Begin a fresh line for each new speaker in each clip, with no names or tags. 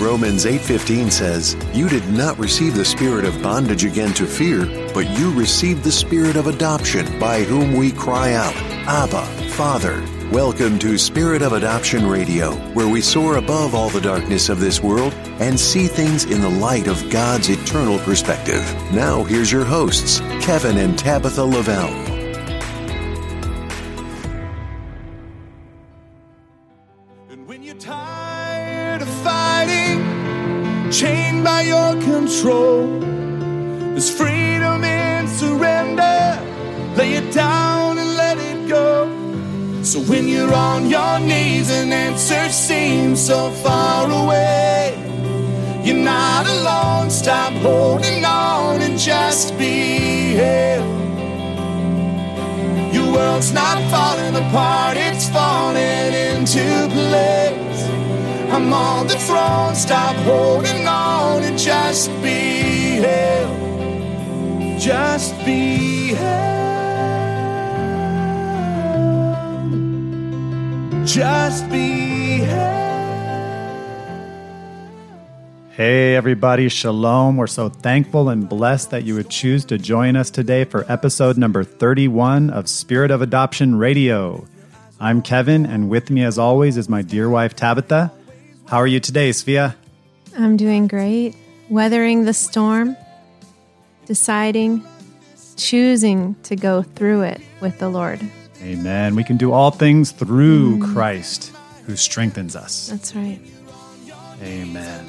Romans 8:15 says, "You did not receive the spirit of bondage again to fear, but you received the spirit of adoption, by whom we cry out, Abba, Father." Welcome to Spirit of Adoption Radio, where we soar above all the darkness of this world and see things in the light of God's eternal perspective. Now, here's your hosts, Kevin and Tabitha Lavelle.
And when you're tired of fighting, chained by your control, there's freedom in surrender. Lay it down and let it go. So when you're on your knees and answer seems so far away, you're not alone. Stop holding on and just be held. Your world's not falling apart, it's falling into place. I'm on the throne, stop holding on and just be held. Just be held. Just be
Hey, everybody, shalom. We're so thankful and blessed that you would choose to join us today for episode number 31 of Spirit of Adoption Radio. I'm Kevin, and with me, as always, is my dear wife, Tabitha. How are you today, Svia?
I'm doing great. Weathering the storm, deciding, choosing to go through it with the Lord.
Amen. We can do all things through
Mm.
Christ who strengthens us.
That's right.
Amen.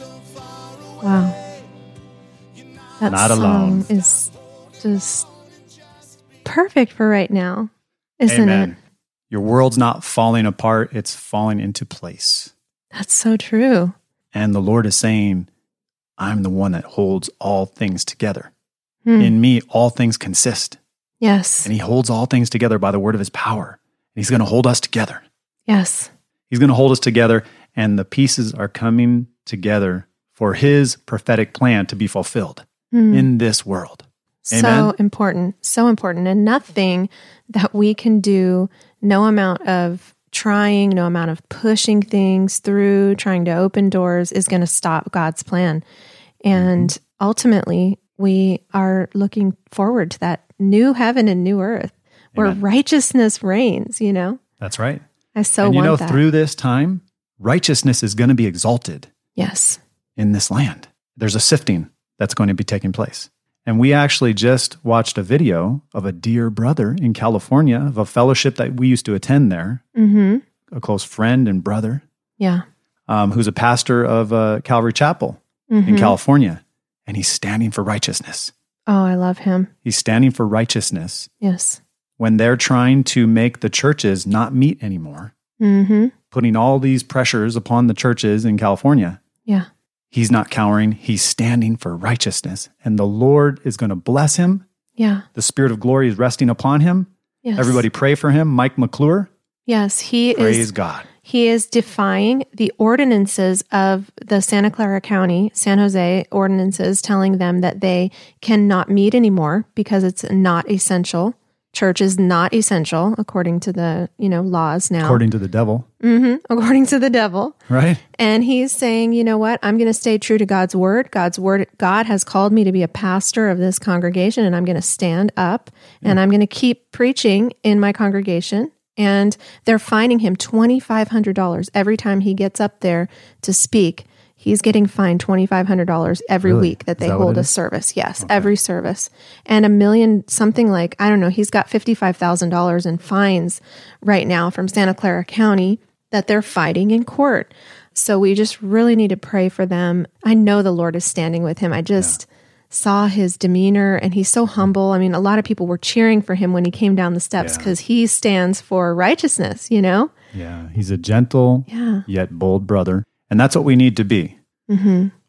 Wow. That
Not
song
alone.
is just perfect for right now, isn't
Amen.
it?
Your world's not falling apart, it's falling into place.
That's so true.
And the Lord is saying, I'm the one that holds all things together.
Hmm.
In me, all things consist.
Yes.
And he holds all things together by the word of his power. And he's going to hold us together.
Yes.
He's going to hold us together. And the pieces are coming together for his prophetic plan to be fulfilled
Hmm.
in this world.
So
Amen.
important, so important, and nothing that we can do, no amount of trying, no amount of pushing things through, trying to open doors is going to stop God's plan. And
Mm-hmm.
ultimately, we are looking forward to that new heaven and new earth where
Amen.
righteousness reigns, you know?
That's right.
I so
and you
want
know,
that.
through this time, righteousness is going to be exalted
yes.
in this land. There's a sifting that's going to be taking place. And we actually just watched a video of a dear brother in California of a fellowship that we used to attend there,
Mhm.
a close friend and brother
Yeah.
um, who's a pastor of uh, Calvary Chapel in
Mhm.
California, and he's standing for righteousness.
oh, I love him.
He's standing for righteousness
Yes.
when they're trying to make the churches not meet anymore,
Mhm.
putting all these pressures upon the churches in California.
Yeah.
He's not cowering, he's standing for righteousness, and the Lord is going to bless him.
Yeah.
The Spirit of glory is resting upon him.
Yes.
Everybody pray for him. Mike McClure,
Yes, he
praise
is
God.
He is defying the ordinances of the Santa Clara County, San Jose ordinances, telling them that they cannot meet anymore because it's not essential. Church is not essential according to the you know laws now,
According to the devil,
hmm according to the devil.
right?
And he's saying, you know what? I'm going to stay true to God's word. God's word, God has called me to be a pastor of this congregation, and I'm going to stand up
Mm.
and I'm going to keep preaching in my congregation. And they're fining him $2,500 every time he gets up there to speak. He's getting fined $2,500 every
Really?
week that
Is
they
that what
hold
it
a
is?
service. Yes, every service. And a million, something like, I don't know, he's got $55,000 in fines right now from Santa Clara County that they're fighting in court. So we just really need to pray for them. I know the Lord is standing with him. I just saw his demeanor and he's so humble. I mean, a lot of people were cheering for him when he came down the steps
Yeah.
because he stands for righteousness, you know?
Yeah, he's a gentle
Yeah.
yet bold brother. And that's what we need to be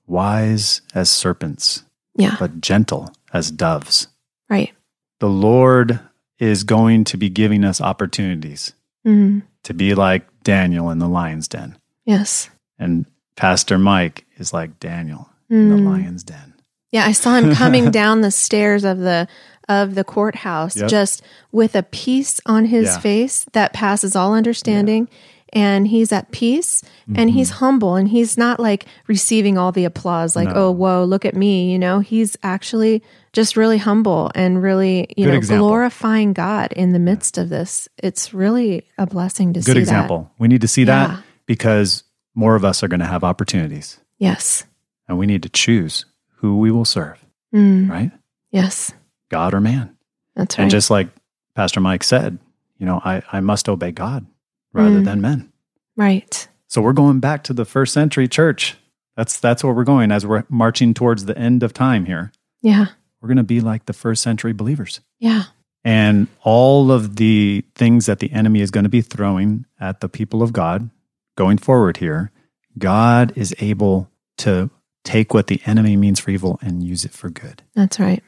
wise as serpents,
Mm-hmm. Yeah.
but gentle as doves.
Right.
The Lord is going to be giving us opportunities
Mhm.
to be like Daniel in the lion's den.
Yes.
And Pastor Mike is like Daniel in the
Mm.
lion's den.
Yeah, I saw him coming down the stairs of the of the courthouse
Yep.
just with a peace on his
Yeah.
face that passes all understanding and he's at peace and he's
Mm-hmm.
humble and he's not like receiving all the applause like oh whoa look at me you know he's actually just really humble and really you
Good
know
example.
glorifying god in the midst of this it's really a blessing to see
Good
that.
example. We need to see
Yeah.
that because more of us are going to have opportunities
yes
and we need to choose who we will serve,
Mm,
right?
yes
God or man.
that's right
And just like Pastor Mike said, you know, I, I must obey God rather
Mm.
than men.
right
So we're going back to the first century church. That's that's where we're going as we're marching towards the end of time here.
yeah
We're going to be like the first century believers.
yeah
And all of the things that the enemy is going to be throwing at the people of God going forward here, God is able to take what the enemy means for evil and use it for good.
that's right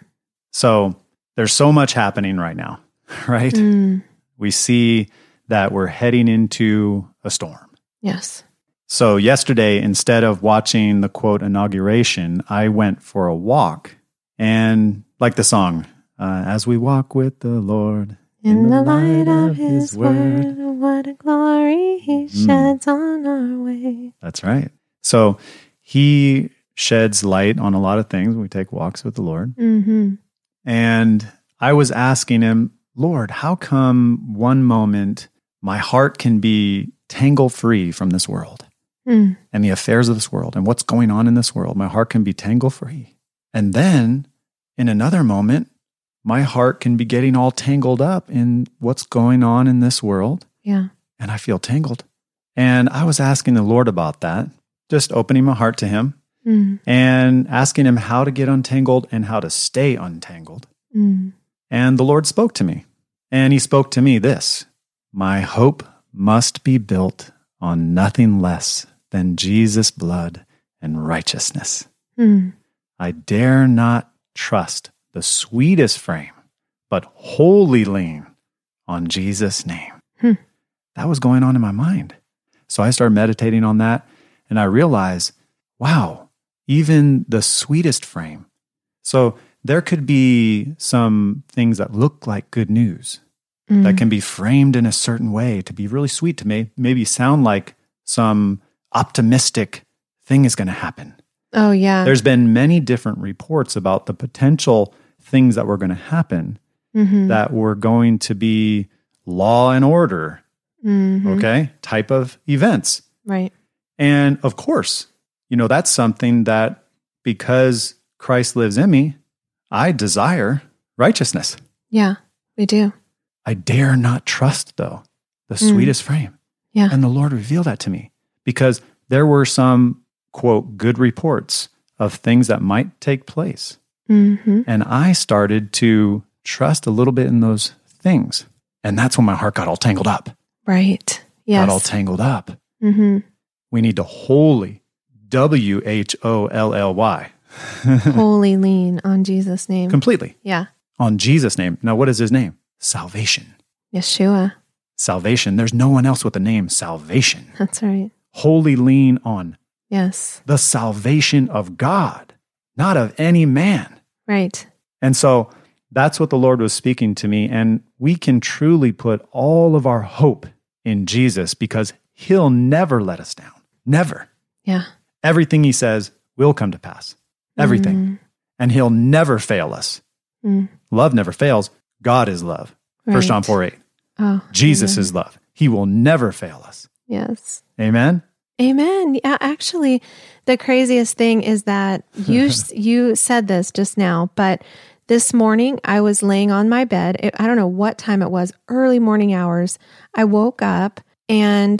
So there's so much happening right now, right?
Mm,
we see that we're heading into a storm.
yes
So, yesterday, instead of watching the quote inauguration, I went for a walk. And like the song, uh, as we walk with the Lord,
in the light of his word what a glory he
Mm.
sheds on our way
That's right. So, he sheds light on a lot of things. when We take walks with the Lord.
hmm
And I was asking him, Lord, how come one moment my heart can be tangle free from this world?
Mm.
and the affairs of this world and what's going on in this world. My heart can be tangle free. And then in another moment, my heart can be getting all tangled up in what's going on in this world.
yeah
And I feel tangled. And I was asking the Lord about that, just opening my heart to Him
Mm,
and asking Him how to get untangled and how to stay untangled.
mm.
And the Lord spoke to me. And He spoke to me this My hope must be built on nothing less than Jesus' blood and righteousness.
Mm.
I dare not trust the sweetest frame, but wholly lean on Jesus' name.
Hmm.
That was going on in my mind. So I started meditating on that and I realized, wow, even the sweetest frame. So there could be some things that look like good news
Mm.
that can be framed in a certain way to be really sweet to me, maybe sound like some optimistic thing is going to happen.
oh yeah
There's been many different reports about the potential things that were going to happen
Mhm.
that were going to be law and order,
Mhm.
okay, type of events.
right
And of course, you know, that's something that because Christ lives in me, I desire righteousness.
yeah we do
I dare not trust, though, the
Mm.
sweetest frame.
Yeah.
And the Lord revealed that to me because there were some, quote, good reports of things that might take place.
hmm
And I started to trust a little bit in those things. And that's when my heart got all tangled up.
right
Got all
yes
tangled up.
hmm
We need to wholly, W H O L L Y,
holy lean on jesus name
completely
yeah
on Jesus' name. Now, what is his name? Salvation.
yeshua
Salvation. There's no one else with the name salvation.
that's right
Wholly lean on
yes
the salvation of God, not of any man.
right
And so that's what the Lord was speaking to me. And we can truly put all of our hope in Jesus because he'll never let us down. Never.
yeah
Everything he says will come to pass. Everything.
Mm-hmm.
And he'll never fail us.
Mm.
Love never fails. God is love.
right.
First John 4 8.
oh
Jesus
amen.
is love. He will never fail us.
yes
Amen.
Amen. Yeah, actually, the craziest thing is that you you said this just now, but this morning I was laying on my bed. It, I don't know what time it was, early morning hours. I woke up and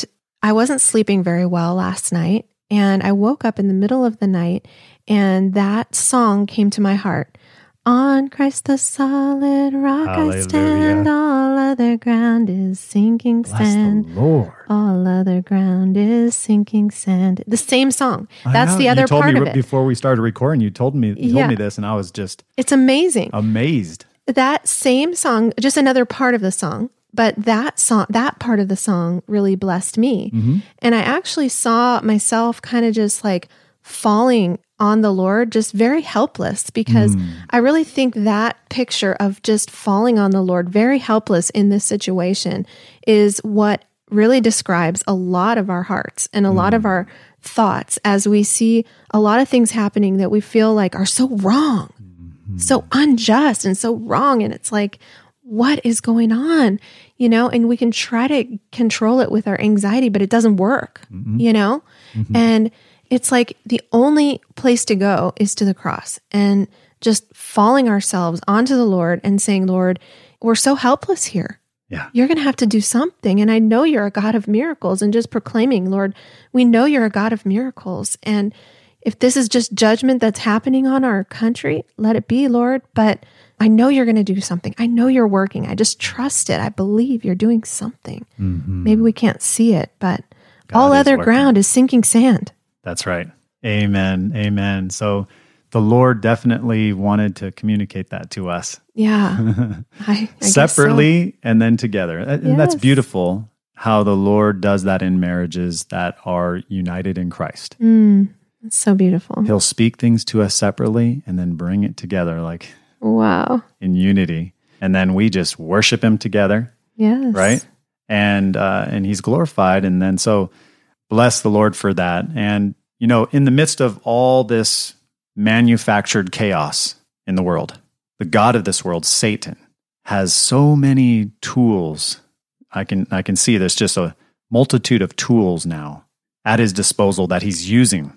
I wasn't sleeping very well last night, and I woke up in the middle of the night and that song came to my heart. On Christ the solid rock I stand,
Hallelujah.
all other ground is sinking sand.
Lord.
All other ground is sinking sand. The same song.
I
That's
know.
the other
you told
part
me
of
re-
it.
Before we started recording, you told me you
Yeah.
told me this, and I was just
It's amazing.
amazed.
That same song, just another part of the song, but that song, that part of the song really blessed me. And I actually saw myself kind of just like falling on the Lord, just very helpless because I really think that picture of just falling on the Lord, very helpless in this situation, is what really describes a lot of our hearts and a lot of our thoughts as we see a lot of things happening that we feel like are so wrong, so unjust, and so wrong. And it's like, what is going on? You know, and we can try to control it with our anxiety, but it doesn't work, you know? And it's like the only place to go is to the cross and just falling ourselves onto the Lord and saying, Lord, we're so helpless here
Yeah.
you're going to have to do something. And I know you're a God of miracles. And just proclaiming, Lord, we know you're a God of miracles. And if this is just judgment that's happening on our country, let it be, Lord. But I know you're going to do something. I know you're working. I just trust it. I believe you're doing something. Maybe we can't see it, but all
Mm-hmm. is
other
working.
ground is sinking sand.
That's right. Amen. Amen. So the Lord definitely wanted to communicate that to us
Yeah. I, I guess so.
separately and then together. And and that's
Yes.
beautiful how the Lord does that in marriages that are united in Christ.
Mm. It's so beautiful.
He'll speak things to us separately and then bring it together, like
Wow.
in unity. And then we just worship Him together,
Yes.
right? And uh, and He's glorified. And then so bless the Lord for that. And you know, in the midst of all this manufactured chaos in the world, the God of this world, Satan, has so many tools. I can I can see there's just a multitude of tools now at his disposal that he's using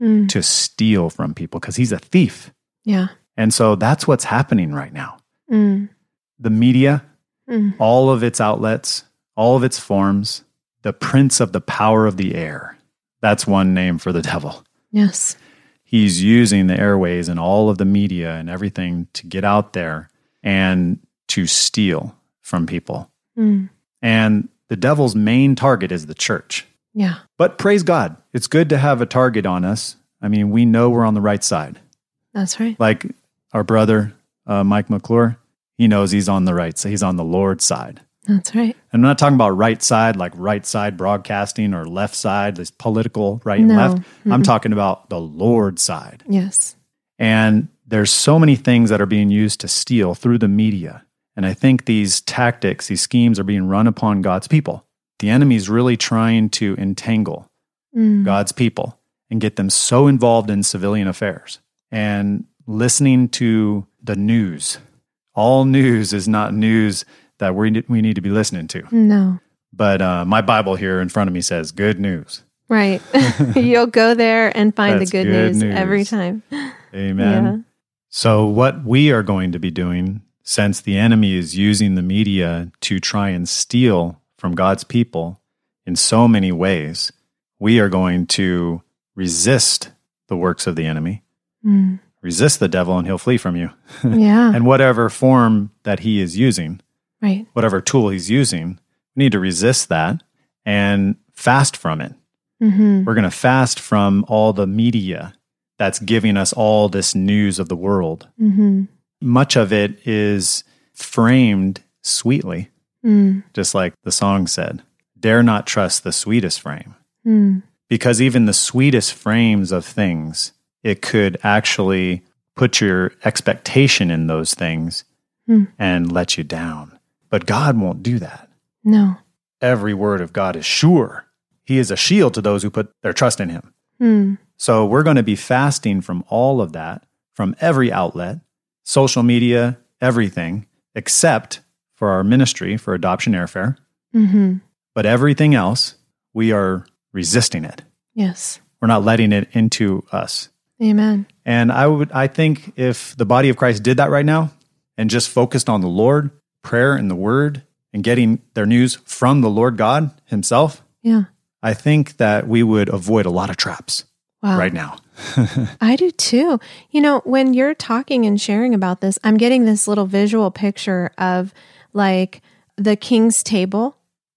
Mm.
to steal from people because he's a thief.
Yeah.
And so that's what's happening right now.
Mm.
The media,
Mm.
all of its outlets, all of its forms, the prince of the power of the air. That's one name for the devil.
Yes.
He's using the airways and all of the media and everything to get out there and to steal from people.
Mm.
And the devil's main target is the church.
Yeah.
But praise God, it's good to have a target on us. I mean, we know we're on the right side.
That's right.
like our brother uh, Mike McClure, he knows he's on the right, so he's on the Lord's side.
That's right.
And I'm not talking about right side, like right side broadcasting or left side, this political right and
No. Mm-hmm.
left. I'm talking about the Lord's side.
Yes.
And there's so many things that are being used to steal through the media. And I think these tactics, these schemes are being run upon God's people. The enemy's really trying to entangle
Mm.
God's people and get them so involved in civilian affairs and listening to the news. All news is not news that we we need to be listening to.
No.
But uh, my Bible here in front of me says good news.
Right. You'll go there and find the
That's
good,
good
news, every
news.
time.
Amen.
Yeah.
So what we are going to be doing since the enemy is using the media to try and steal from God's people in so many ways, we are going to resist the works of the enemy.
Mm.
resist the devil and he'll flee from you.
Yeah.
And whatever form that he is using,
right.
whatever tool he's using, we need to resist that and fast from it.
Mm-hmm.
We're going to fast from all the media that's giving us all this news of the world.
Mm-hmm.
Much of it is framed sweetly,
Mm.
just like the song said Dare not trust the sweetest frame,
Mm.
because even the sweetest frames of things, it could actually put your expectation in those things
Hmm.
and let you down. But God won't do that.
No.
Every word of God is sure. He is a shield to those who put their trust in Him.
Mm.
So we're going to be fasting from all of that, from every outlet, social media, everything, except for our ministry for Adoption Airfare.
Mm-hmm.
But everything else, we are resisting it.
Yes.
We're not letting it into us.
Amen.
And I would I think if the body of Christ did that right now and just focused on the Lord, prayer and the word and getting their news from the Lord God himself,
Yeah.
I think that we would avoid a lot of traps
Wow.
right now.
I do too. You know, when you're talking and sharing about this, I'm getting this little visual picture of like the king's table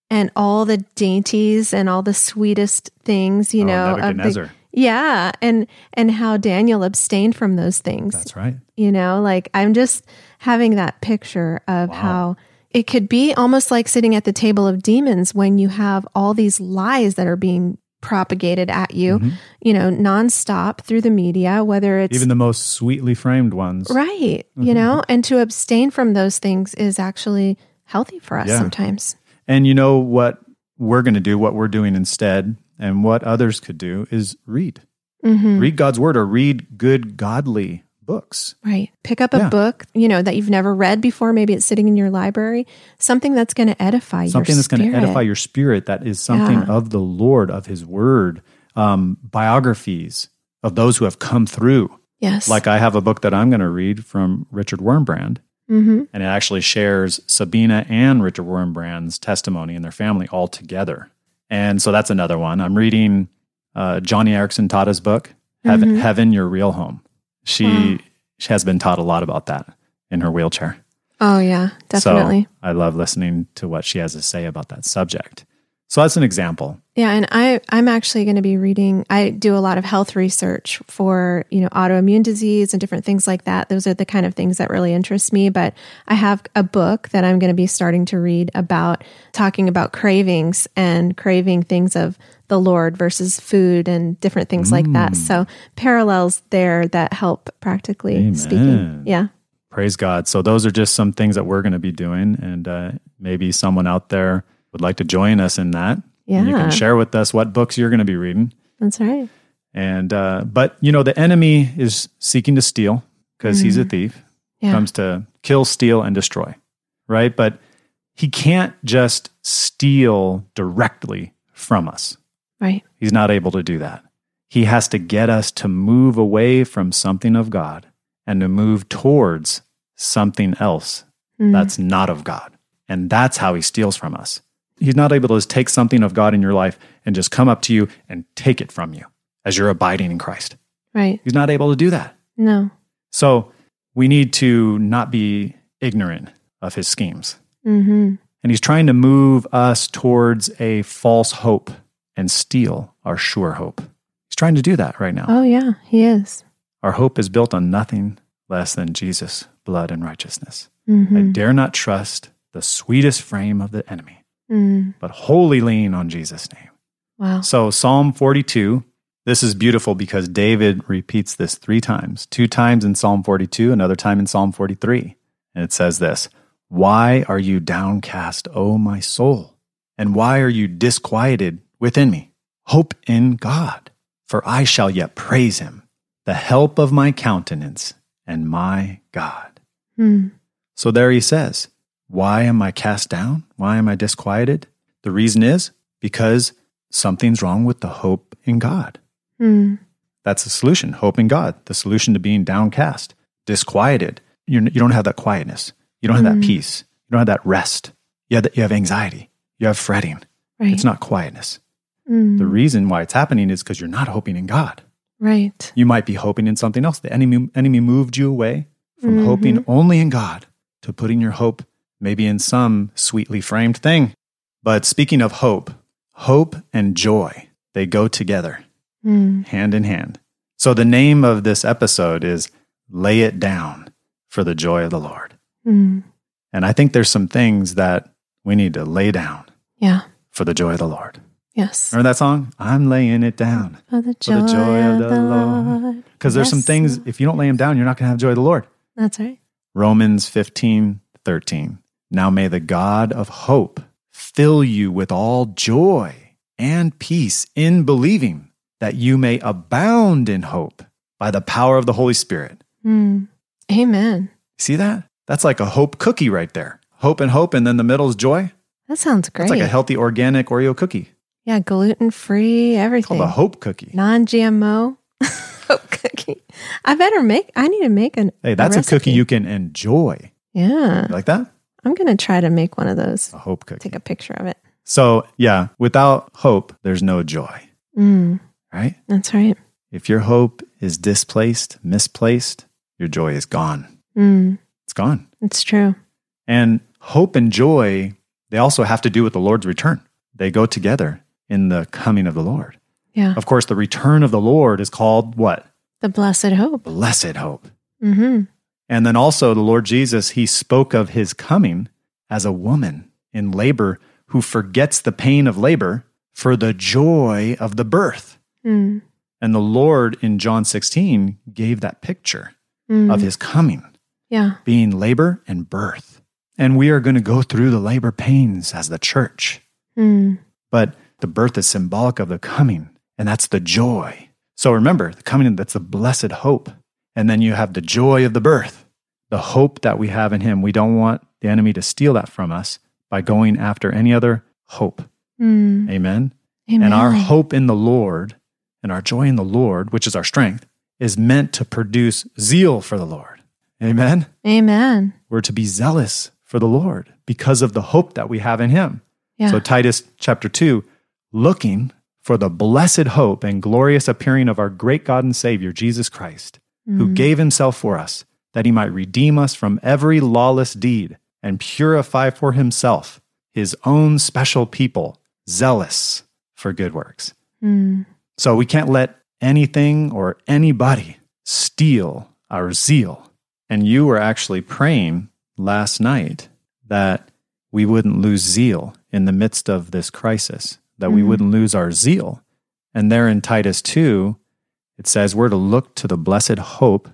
and all the dainties and all the sweetest things, you
Oh,
know, of the-
Nebuchadnezzar.
yeah, and and how Daniel abstained from those things.
That's right.
You know, like I'm just having that picture of
Wow.
how it could be almost like sitting at the table of demons when you have all these lies that are being propagated at you,
Mhm.
you know, nonstop through the media, whether it's
Even Mm-hmm. the most sweetly framed ones.
right, you know, and to abstain from those things is actually healthy for us
Yeah.
sometimes.
And you know what we're going to do what we're doing instead and what others could do is read.
Mhm.
Read God's word or read good, godly books.
Right. Pick up a
Yeah.
book, you know, that you've never read before. Maybe it's sitting in your library. Something that's going to edify
something
your
that's going to
spirit.
edify your spirit that is something
Yeah.
of the lord of his word um, biographies of those who have come through
Yes.
like i have a book that i'm going to read from richard wormbrand
mm-hmm.
and it actually shares sabina and richard wormbrand's testimony and their family all together and so that's another one i'm reading uh, johnny erickson tata's book heaven,
Mhm.
heaven your real home she,
Wow.
she has been taught a lot about that in her wheelchair
Oh, yeah. Definitely.
so I love listening to what she has to say about that subject. So that's an example.
Yeah, and I I'm actually going to be reading. I do a lot of health research for you know autoimmune disease and different things like that. Those are the kind of things that really interest me. But I have a book that I'm going to be starting to read about talking about cravings and craving things of the Lord versus food and different things like
Mm.
that. So parallels there that help practically
Amen.
speaking. Yeah.
Praise God. So those are just some things that we're going to be doing, and uh, maybe someone out there would like to join us in that. And you
Yeah.
can share with us what books you're going to be reading.
That's right.
And uh, but you know the enemy is seeking to steal because he's a thief.
Yeah.
Comes to kill, steal, and destroy, right? But he can't just steal directly from us.
Right.
He's not able to do that. He has to get us to move away from something of God and to move towards something else
Mm.
that's not of God. And that's how he steals from us. He's not able to just take something of God in your life and just come up to you and take it from you as you're abiding in Christ.
right.
He's not able to do that.
No.
So we need to not be ignorant of his schemes.
Mm-hmm.
And he's trying to move us towards a false hope and steal our sure hope. He's trying to do that right now.
Oh yeah, he is.
Our hope is built on nothing less than Jesus' blood and righteousness. I
Mm-hmm.
dare not trust the sweetest frame of the enemy,
Mm.
but wholly lean on Jesus' name.
Wow.
So, Psalm 42, this is beautiful because David repeats this three times two times in Psalm 42, another time in Psalm 43. And it says this Why are you downcast, O my soul? And why are you disquieted within me? Hope in God, for I shall yet praise him, the help of my countenance and my God.
Mm.
So there he says, Why am I cast down? Why am I disquieted? The reason is because something's wrong with the hope in God.
Mm.
That's the solution hope in God, the solution to being downcast, disquieted. You're, you don't have that quietness. You don't have that peace. You don't have that rest. You have, that, you have anxiety. You have fretting.
Right.
It's not quietness.
Mm.
The reason why it's happening is because you're not hoping in God.
Right.
You might be hoping in something else. The enemy, enemy moved you away from hoping only in God to putting your hope maybe in some sweetly framed thing. But speaking of hope, hope and joy, they go together
Mm.
hand in hand. So the name of this episode is Lay It Down for the Joy of the Lord.
Mm.
And I think there's some things that we need to lay down
Yeah.
for the joy of the Lord.
Yes.
Remember that song? I'm laying it down
For the
for the joy of the Lord. Because there's some
Yes,
things,
Lord.
if you don't lay them down, you're not going to have joy of the Lord.
That's right.
Romans 15, 13. Now may the God of hope fill you with all joy and peace in believing, that you may abound in hope by the power of the Holy Spirit.
Mm. Amen.
See that? That's like a hope cookie right there. Hope and hope, and then the middle's joy.
That sounds great.
That's like a healthy organic Oreo cookie
yeah, gluten free,
It's called
everything.
a hope cookie.
Non GMO. Hope Oh, cookie. I better make I need to make an
Hey, that's a, cookie
recipe.
you can enjoy.
Yeah.
You like that?
I'm gonna try to make one of those.
A hope cookie.
Take a picture of it.
So, yeah, without hope, there's no joy,
Mm.
right?
That's right.
If your hope is displaced, misplaced, your joy is gone.
Mm.
It's gone.
It's true.
And hope and joy, they also have to do with the Lord's return. They go together in the coming of the Lord.
Yeah.
Of course, the return of the Lord is called what?
The blessed hope.
Blessed hope.
Mm-hmm.
And then also, the Lord Jesus, he spoke of his coming as a woman in labor who forgets the pain of labor for the joy of the birth.
Mm.
And the Lord in John 16 gave that picture
Mm.
of his coming.
Yeah.
being labor and birth. And we are going to go through the labor pains as the church.
Mm.
But the birth is symbolic of the coming, and that's the joy. So remember, the coming, that's the blessed hope. And then you have the joy of the birth, the hope that we have in Him. We don't want the enemy to steal that from us by going after any other hope.
Mm.
Amen.
Amen.
And our hope in the Lord and our joy in the Lord, which is our strength, is meant to produce zeal for the Lord. Amen.
Amen.
We're to be zealous for the Lord because of the hope that we have in Him.
Yeah.
So, Titus chapter 2, looking for the blessed hope and glorious appearing of our great God and Savior, Jesus Christ, who gave himself for us that he might redeem us from every lawless deed and purify for himself his own special people, zealous for good works.
Mm.
So, we can't let anything or anybody steal our zeal. And you were actually praying last night that we wouldn't lose zeal in the midst of this crisis, that we
Mhm.
wouldn't lose our zeal. And there in Titus 2, it says we're to look to the blessed hope.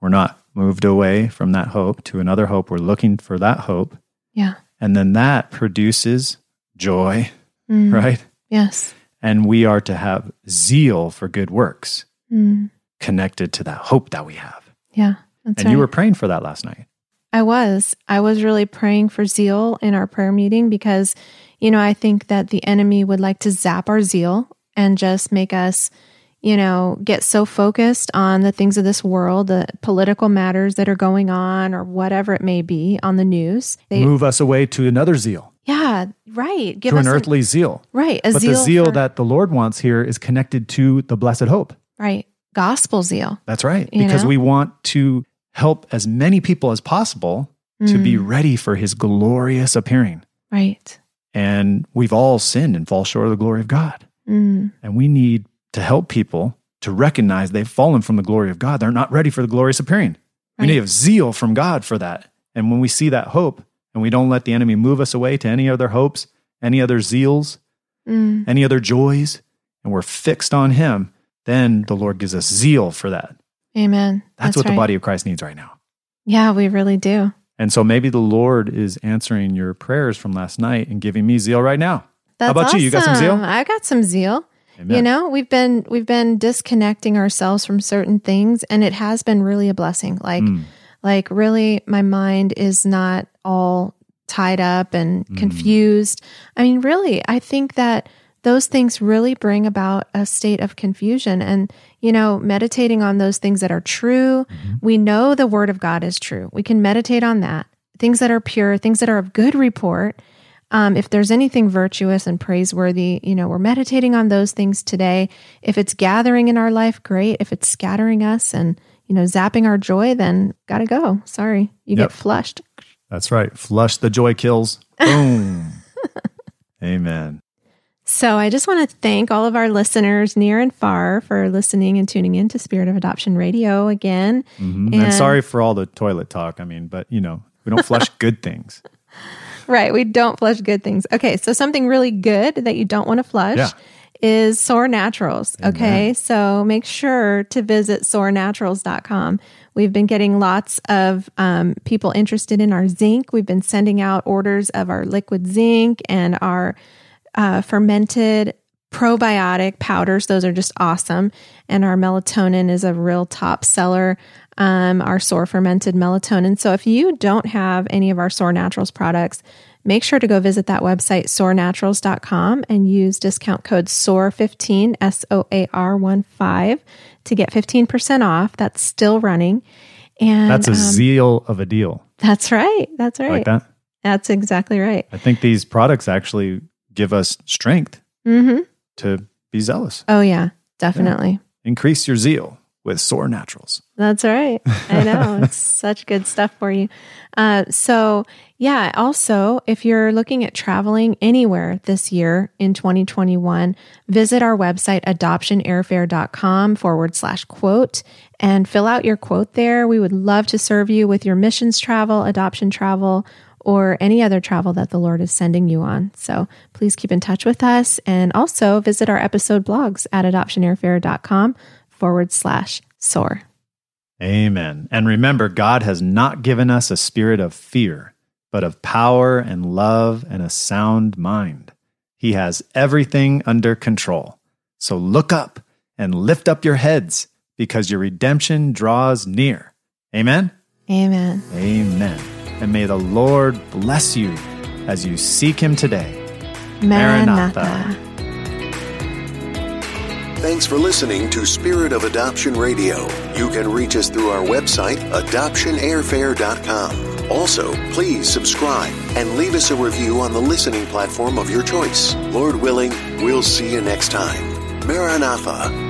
We're not moved away from that hope to another hope. We're looking for that hope.
Yeah.
And then that produces joy,
Mm.
right?
Yes.
And we are to have zeal for good works
Mm.
connected to that hope that we have.
Yeah. That's
and
right.
you were praying for that last night.
I was. I was really praying for zeal in our prayer meeting because, you know, I think that the enemy would like to zap our zeal and just make us, you know, get so focused on the things of this world, the political matters that are going on or whatever it may be on the news. They,
Move us away to another zeal,
yeah, right. Give
to
us
an
an-
earthly zeal.
right. A
but
zeal
the zeal
for-
that the Lord wants here is connected to the blessed hope.
right gospel zeal.
That's right.
You
because
know?
we want to help as many people as possible to be
Mm.
ready for his glorious appearing.
Right.
And we've all sinned and fall short of the glory of God.
Mm.
And we need to help people to recognize they've fallen from the glory of God. They're not ready for the glorious appearing. We need to
Right.
have zeal from God for that. And when we see that hope and we don't let the enemy move us away to any other hopes, any other zeals,
Mm.
any other joys, and we're fixed on Him, then the Lord gives us zeal for that.
Amen.
That's, what
right.
the body of Christ needs right now.
Yeah, we really do.
And so maybe the Lord is answering your prayers from last night and giving me zeal right now.
That's
about
awesome.
you? You got some zeal?
I got some zeal.
Amen.
You know, we've been we've been disconnecting ourselves from certain things and it has been really a blessing. Like
Mm.
like really my mind is not all tied up and
Mm.
confused. I mean, really, I think that those things really bring about a state of confusion and you know meditating on those things that are true
Mm-hmm.
we know the word of god is true we can meditate on that things that are pure things that are of good report um, if there's anything virtuous and praiseworthy, you know, we're meditating on those things today. If it's gathering in our life, great. If it's scattering us and, you know, zapping our joy, then gotta go. Sorry. You
Yep.
get flushed.
That's right. Flush the joy kills. Boom. Amen.
So I just want to thank all of our listeners near and far for listening and tuning in to Spirit of Adoption Radio again.
Mhm. And,
And-
sorry for all the toilet talk. I mean, but you know, we don't flush good things.
Right. We don't flush good things. Okay. So something really good that you don't want to flush
Yeah.
is Soar Naturals. Okay. So make sure to visit soarnaturals.com. We've been getting lots of um, people interested in our zinc. We've been sending out orders of our liquid zinc and our uh, fermented probiotic powders. Those are just awesome. And our melatonin is a real top seller, um, our sore fermented melatonin. So if you don't have any of our sore naturals products, make sure to go visit that website, sorenaturals.com, and use discount code SOAR15, S O A R 1 5, to get 15% off. That's still running. And
That's a
um,
zeal of a deal.
that's right. That's right.
Like that.
That's exactly right.
I think these products actually give us strength
hmm
to be zealous.
Oh, yeah, definitely.
Increase your zeal with Sore Naturals.
That's right. I know. it's such good stuff for you. Uh, so, yeah, also, if you're looking at traveling anywhere this year in 2021, visit our website, adoptionairfare.com forward slash quote, and fill out your quote there. We would love to serve you with your missions travel, adoption travel, or any other travel that the Lord is sending you on. So please keep in touch with us and also visit our episode blogs at adoptionairfare.com forward slash soar.
Amen. And remember, God has not given us a spirit of fear, but of power and love and a sound mind. He has everything under control. So look up and lift up your heads because your redemption draws near. Amen.
Amen.
Amen. And may the Lord bless you as you seek him today. Maranatha.
Maranatha.
Thanks for listening to Spirit of Adoption Radio. You can reach us through our website, adoptionairfare.com. Also, please subscribe and leave us a review on the listening platform of your choice. Lord willing, we'll see you next time. Maranatha.